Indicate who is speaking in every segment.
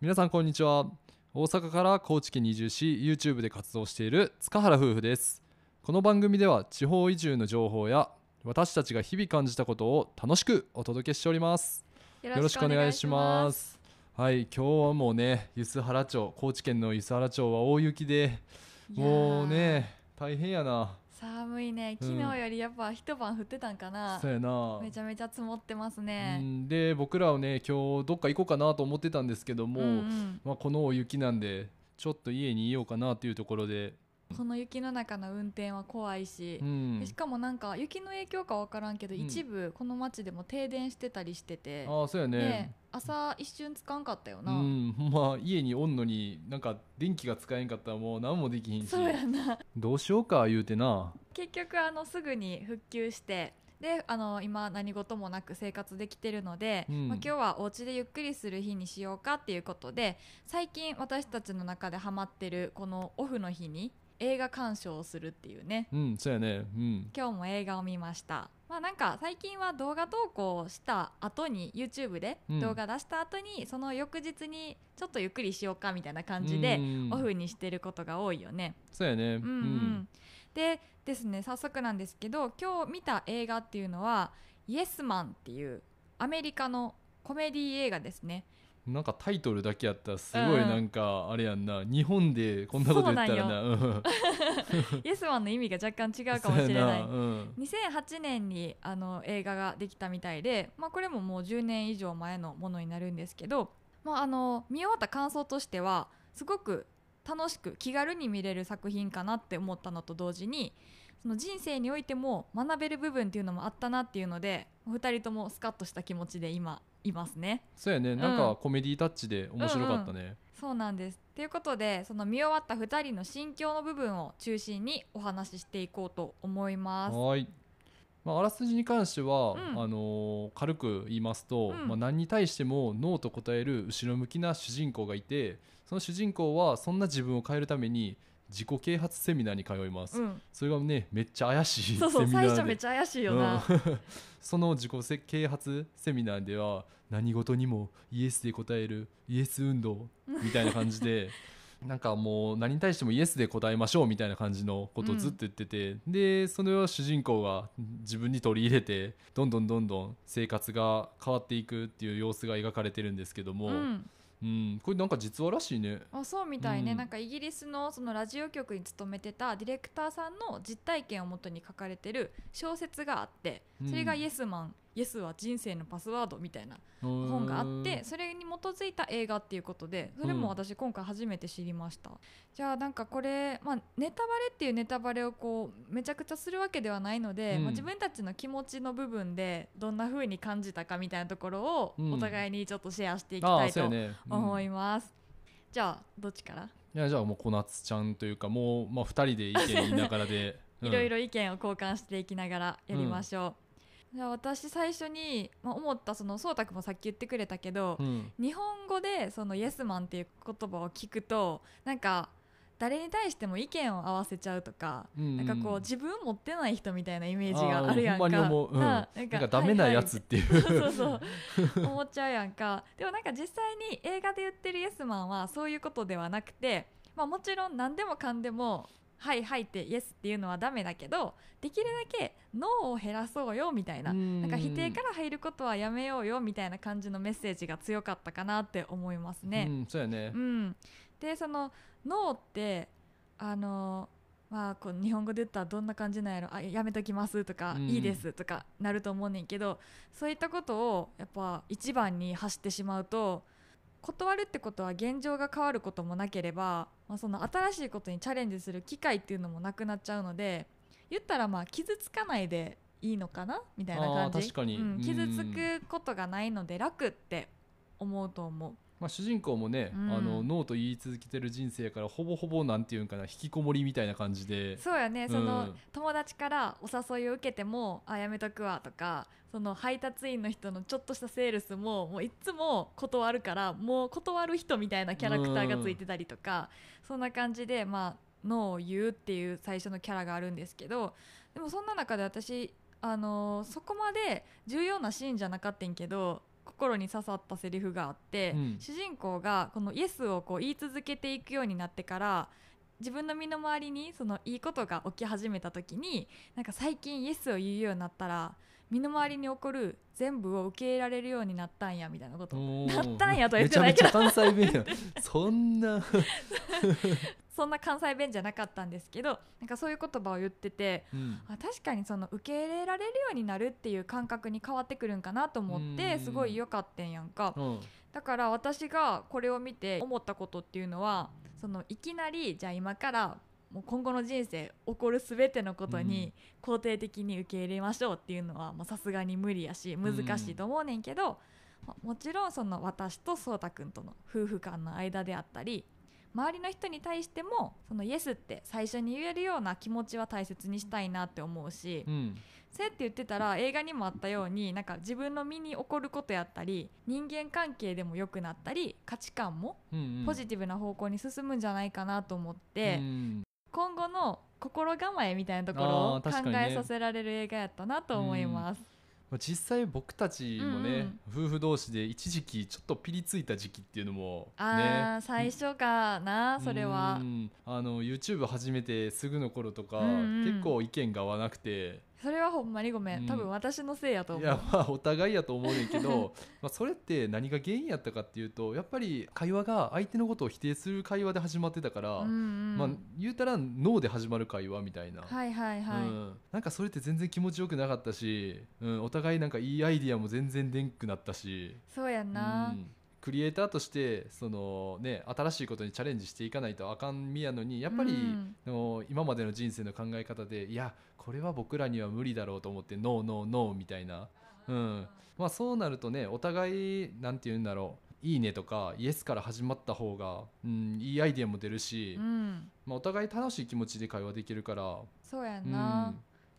Speaker 1: 皆さんこんにちは大阪から高知県に移住し YouTube で活動している塚原夫婦ですこの番組では地方移住の情報や私たちが日々感じたことを楽しくお届けしております
Speaker 2: よ。
Speaker 1: よろしくお願いしますすはい今日はもうね梼原町高知県の梼原町は大雪でもう
Speaker 2: いやー。
Speaker 1: ね大変やな
Speaker 2: 寒いね。昨日よりやっぱ一晩降ってたんかな
Speaker 1: そ。うやな
Speaker 2: めちゃめちゃ積もってます
Speaker 1: う
Speaker 2: ね。
Speaker 1: んで僕らはね今日どっか行こうかなと思ってたんですけども、
Speaker 2: んん
Speaker 1: まあ、このお雪なんでちょっと家にいようかなというところで、
Speaker 2: この雪の中の運転は怖いし
Speaker 1: う。ん
Speaker 2: で、しかもなんか雪の影響かわからんけど、
Speaker 1: うん
Speaker 2: 一部この町でも停電してたりしてて、
Speaker 1: ああそうやね
Speaker 2: ね朝一瞬つかんかったよ
Speaker 1: う
Speaker 2: な、
Speaker 1: んまあ家におんのになんか電気が使えんかったらもう何もできひんし
Speaker 2: そうやな
Speaker 1: どうしようか言うてな
Speaker 2: 結局あのすぐに復旧してであの今何事もなく生活できてるので、
Speaker 1: うん
Speaker 2: まあ、今日はお家でゆっくりする日にしようかっていうことで最近私たちの中でハマってるこのオフの日に映画鑑賞をするっていうね
Speaker 1: うんそうやねうん
Speaker 2: 今日も映画を見ましたまあなんか最近は動画投稿した後に YouTube で
Speaker 1: うん
Speaker 2: 動画出した後に、その翌日にちょっとゆっくりしようかみたいな感じで
Speaker 1: うん
Speaker 2: オフにしてることが多いよね。
Speaker 1: そうやね
Speaker 2: うんうん、でですね早速なんですけど今日見た映画っていうのは「イエスマン」っていうアメリカのコメディ映画で すね。
Speaker 1: なんかタイトルだけやったらすごいなんかあれやんな、日本でこんなこと言ったらなうん
Speaker 2: イエスマンの意味が若干違うか
Speaker 1: そ
Speaker 2: も
Speaker 1: う
Speaker 2: しれ
Speaker 1: や
Speaker 2: ない
Speaker 1: なうん
Speaker 2: 2008年にあの映画ができたみたいで、まあ、これももう10年以上前のものになるんですけど、まあ、あの見終わった感想としてはすごく楽しく気軽に見れる作品かなって思ったのと同時にその人生においても学べる部分っていうのもあったなっていうので2人ともスカッとした気持ちで今いますね。
Speaker 1: そうやねなん
Speaker 2: う
Speaker 1: か
Speaker 2: ん
Speaker 1: コメディタッチで面白かったね、
Speaker 2: そうなんですということでその見終わった2人の心境の部分を中心にお話ししていこうと思います。
Speaker 1: はい、まあ、あらすじに関しては、
Speaker 2: うん
Speaker 1: あのー軽く言いますと、
Speaker 2: うん
Speaker 1: まあ、何に対してもノーと答える後ろ向きな主人公がいてその主人公はそんな自分を変えるために自己啓発セミナーに通います、
Speaker 2: うん、
Speaker 1: それがねめっちゃ怪しいセ
Speaker 2: そう
Speaker 1: ミ
Speaker 2: そ
Speaker 1: ナ
Speaker 2: う最
Speaker 1: ー
Speaker 2: 初めっ
Speaker 1: で
Speaker 2: ちゃ怪しいよな、
Speaker 1: うん その自己啓発セミナーでは何事にもイエスで答えるイエス運動みたいな感じ でなんかもう何に対してもイエスで答えましょうみたいな感じのことをずっと言ってて、でそれを主人公が自分に取り入れてどんどんどんどん生活が変わっていくっていう様子が描かれてるんですけども、う
Speaker 2: うんん、
Speaker 1: これなんか実話らしいね。
Speaker 2: あそうみたいね、
Speaker 1: うん
Speaker 2: なんかイギリスのそのラジオ局に勤めてたディレクターさんの実体験をもとに書かれてる小説があってそれが「
Speaker 1: うん
Speaker 2: イエスマン」イエスは人生のパスワード」みたいな
Speaker 1: 本
Speaker 2: 本があってそれに基づいた映画っていうことでそれも私今回初めて知りました、じゃあなんかこれ、まあ、ネタバレっていうネタバレをこうめちゃくちゃするわけではないので、
Speaker 1: うん
Speaker 2: まあ、自分たちの気持ちの部分でどんな風に感じたかみたいなところを
Speaker 1: うん
Speaker 2: お互いにちょっとシェアしていき
Speaker 1: あ
Speaker 2: た
Speaker 1: あ
Speaker 2: い
Speaker 1: そう
Speaker 2: と
Speaker 1: やね、うん
Speaker 2: 思います、じゃあどっちから、
Speaker 1: いやじゃあもう小夏ちゃんというかもう、まあ、2人で意見言いながらで
Speaker 2: いろい
Speaker 1: ろ、
Speaker 2: ろ意見を交換していきながらやりましょう、じゃあ私最初に、まあ、思ったそのそうたくもさっき言ってくれたけど、
Speaker 1: うん
Speaker 2: 日本語でその「イエスマン」っていう言葉を聞くとなんか誰に対しても意見を合わせちゃうとか。
Speaker 1: うん
Speaker 2: なんかこう自分持ってない人みたいなイメージがあるやんか
Speaker 1: あーほんまに思ううん
Speaker 2: なな
Speaker 1: なんかダメなやつっていう、
Speaker 2: そうそうそう思っちゃうやんかでもなんか実際に映画で言ってるイエスマンはそういうことではなくて、まあ、もちろん何でもかんでも「はいはい」って「イエス」っていうのはダメだけどできるだけ「ノー」を減らそうよみたいな
Speaker 1: うん
Speaker 2: なんか否定から入ることはやめようよみたいな感じのメッセージが強かったかなって思います
Speaker 1: う
Speaker 2: ね。
Speaker 1: ん、そうやね
Speaker 2: うん、でその「ノー」ってあのまあ、こう日本語で言ったらどんな感じなんやろあやめときますとか、
Speaker 1: うん
Speaker 2: いいですとかなると思うねんけどそういったことをやっぱ一番に走ってしまうと断るってことは現状が変わることもなければ、まあ、その新しいことにチャレンジする機会っていうのもなくなっちゃうので言ったらまあ傷つかないでいいのかなみたいな感
Speaker 1: あ
Speaker 2: じ
Speaker 1: ー確かに
Speaker 2: うん、傷つ
Speaker 1: う
Speaker 2: くことがないので楽って思うと思う。
Speaker 1: まあ、主人公もね、
Speaker 2: うん
Speaker 1: あのノーと言い続けてる人生やからほぼほぼなんていうんかな引きこもりみたいな感じで
Speaker 2: そうやねその、
Speaker 1: うん
Speaker 2: 友達からお誘いを受けてもあやめとくわとかその配達員の人のちょっとしたセールスももういっつも断るからもう断る人みたいなキャラクターがついてたりとか、そんな感じでまあノーを言うっていう最初のキャラがあるんですけどでもそんな中で私あのーそこまで重要なシーンじゃなかったんけど心に刺さったセリフがあって、
Speaker 1: うん
Speaker 2: 主人公がこのイエスをこう言い続けていくようになってから自分の身の回りにそのいいことが起き始めた時になんか最近イエスを言うようになったら身の回りに起こる全部を受け入れられるようになったんやみたいなこと
Speaker 1: だ
Speaker 2: だったんやとは言ってないけど
Speaker 1: めちゃめちゃ関西弁やそんな
Speaker 2: そんな関西弁じゃなかったんですけどなんかそういう言葉を言ってて
Speaker 1: うん
Speaker 2: あ確かにその受け入れられるようになるっていう感覚に変わってくるんかなと思っ
Speaker 1: うん
Speaker 2: てすごい良かったんやんか
Speaker 1: うん
Speaker 2: だから私がこれを見て思ったことっていうのはそのいきなりじゃあ今からもう今後の人生起こる全てのことに肯定的に受け入れましょうっていうのはまあさすがに無理やし難しいと思うねんけど、まあもちろんその私とそうたくんとの夫婦間の間であったり周りの人に対してもそのイエスって最初に言えるような気持ちは大切にしたいなって思うし、
Speaker 1: うん
Speaker 2: そうやって言ってたら映画にもあったようになんか自分の身に起こることやったり人間関係でも良くなったり価値観も
Speaker 1: うん
Speaker 2: ポジティブな方向に進むんじゃないかなと思って、
Speaker 1: うん
Speaker 2: 今後の心構えみたいなところ
Speaker 1: あ
Speaker 2: を
Speaker 1: ー
Speaker 2: 考
Speaker 1: 確かにね
Speaker 2: えさせられる映画やったなと思います。
Speaker 1: まあ実際僕たちもね、夫婦同士で一時期ちょっとピリついた時期っていうのもね
Speaker 2: あー最初かな
Speaker 1: うん
Speaker 2: それは
Speaker 1: うんあの YouTube 始めてすぐの頃とか、
Speaker 2: うんうん
Speaker 1: 結構意見が合わなくて
Speaker 2: それはほんまにごめ
Speaker 1: うん
Speaker 2: ん多分私のせいやと
Speaker 1: い
Speaker 2: 思
Speaker 1: や
Speaker 2: う。
Speaker 1: まあお互いやと思うねんけど まあそれって何が原因やったかっていうとやっぱり会話が相手のことを否定する会話で始まってたから、
Speaker 2: うんうん
Speaker 1: まあ、言うたら脳で始まる会話みたいな、
Speaker 2: はいはいはい、
Speaker 1: うん、なんかそれって全然気持ちよくなかったし、うん、お互いなんかいいアイディアも全然でんくなったし、
Speaker 2: そうやんな、
Speaker 1: うんクリエイターとしてその、ね、新しいことにチャレンジしていかないとあかん身やのにやっぱり、
Speaker 2: うん
Speaker 1: あの今までの人生の考え方でいやこれは僕らには無理だろうと思ってノーノーノーみたいな、うんまあ、そうなるとねお互いなんて言うんだろういいねとかイエスから始まった方が、うん、いいアイディアも出るし、
Speaker 2: うん、
Speaker 1: まあ、お互い楽しい気持ちで会話できるから、
Speaker 2: そうや
Speaker 1: うんん、
Speaker 2: な、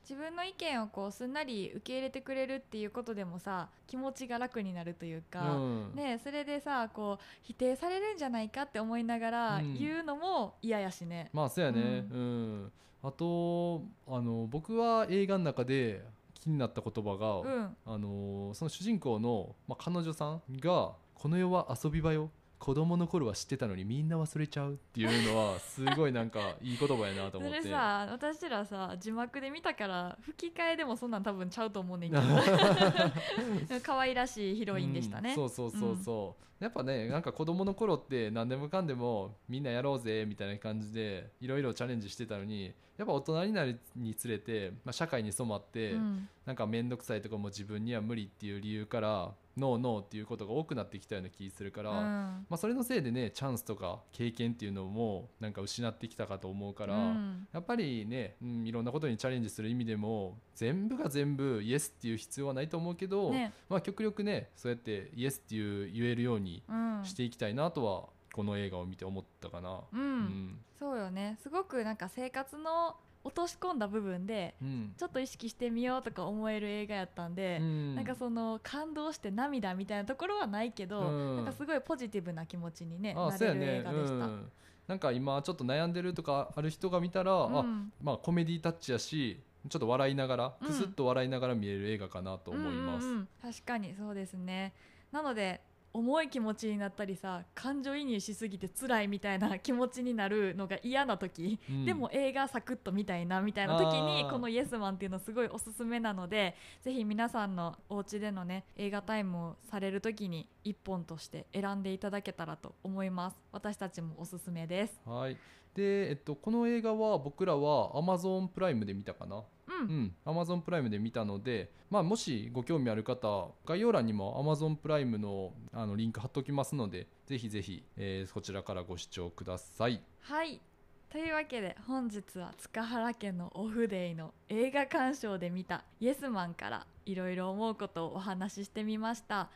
Speaker 2: 自分の意見をこうすんなり受け入れてくれるっていうことでもさ気持ちが楽になるというか、
Speaker 1: うん
Speaker 2: ねえそれでさこう否定されるんじゃないかって思いなが
Speaker 1: う
Speaker 2: ら
Speaker 1: ん
Speaker 2: 言うのも嫌やしね。
Speaker 1: まあそうやねう、
Speaker 2: うん
Speaker 1: あとあの僕は映画の中で気になった言葉
Speaker 2: う
Speaker 1: が、
Speaker 2: ん、
Speaker 1: あのその主人公の、まあ、彼女さんが「この世は遊び場よ子供の頃は知ってたのにみんな忘れちゃう」っていうのはすごいなん かいい言葉やなと思
Speaker 2: そ
Speaker 1: って
Speaker 2: れさ私らさ字幕で見たから吹き替えでもそんなん多分ちゃうと思うねんけ ど可愛らしいヒロインでしたね。
Speaker 1: うんそうそうそうそう、やっぱねなんか子供の頃って何でもかんでもみんなやろうぜみたいな感じでいろいろチャレンジしてたのにやっぱ大人になるにつれて、まあ、社会に染まって、
Speaker 2: うん
Speaker 1: なんか面倒くさいとかも自分には無理っていう理由からノーノーっていうことが多くなってきたような気するから、
Speaker 2: う
Speaker 1: ま
Speaker 2: ん
Speaker 1: あ、それのせいでねチャンスとか経験っていうのもなんか失ってきたかと思うから、
Speaker 2: うん
Speaker 1: やっぱりね、うん、いろんなことにチャレンジする意味でも全部が全部イエスっていう必要はないと思うけど、
Speaker 2: ね
Speaker 1: まあ、極力ねそうやってイエスっていう言えるように
Speaker 2: うん
Speaker 1: していきたいなとはこの映画を見て思ったかな。
Speaker 2: う、
Speaker 1: うんん
Speaker 2: そうよねすごくなんか生活の落とし込んだ部分で
Speaker 1: うん
Speaker 2: ちょっと意識してみようとか思える映画やったんで、なんかその感動して涙みたいなところはないけど、
Speaker 1: うん
Speaker 2: なんかすごいポジティブな気持ちに、ね、
Speaker 1: あそ
Speaker 2: な
Speaker 1: う
Speaker 2: れ
Speaker 1: や
Speaker 2: る
Speaker 1: ね
Speaker 2: 映画でした。
Speaker 1: うん、なんか今ちょっと悩んでるとかある人が見たら、
Speaker 2: う
Speaker 1: あ
Speaker 2: ん
Speaker 1: まあコメディタッチやしちょっと笑いながら
Speaker 2: うん
Speaker 1: くすっと笑いながら見える映画かなと思います、
Speaker 2: うんうんうん確かにそうですねなので重い気持ちになったりさ感情移入しすぎて辛いみたいな気持ちになるのが嫌な時、
Speaker 1: うん
Speaker 2: でも映画サクッと見たいなみたいな時に
Speaker 1: あー
Speaker 2: この「イエスマン」っていうのすごいおすすめなのでぜひ皆さんのお家でのね映画タイムをされる時に一本として選んでいただけたらと思います私たちもおすすめです
Speaker 1: はいで、えっと、この映画は僕らは Amazon プライムで見たかな
Speaker 2: うん、
Speaker 1: うん、Amazon プライムで見たので、まあ、もしご興味ある方概要欄にも Amazon プライムのあのリンク貼っときますのでぜひぜひ、えー、こちらからご視聴ください
Speaker 2: はいというわけで本日は塚原家のオフデイの映画鑑賞で見たイエスマンからいろいろ思うことをお話ししてみました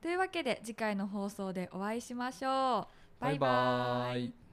Speaker 2: というわけで次回の放送でお会いしましょうバ
Speaker 1: バイ
Speaker 2: イバ
Speaker 1: バー
Speaker 2: イ
Speaker 1: イ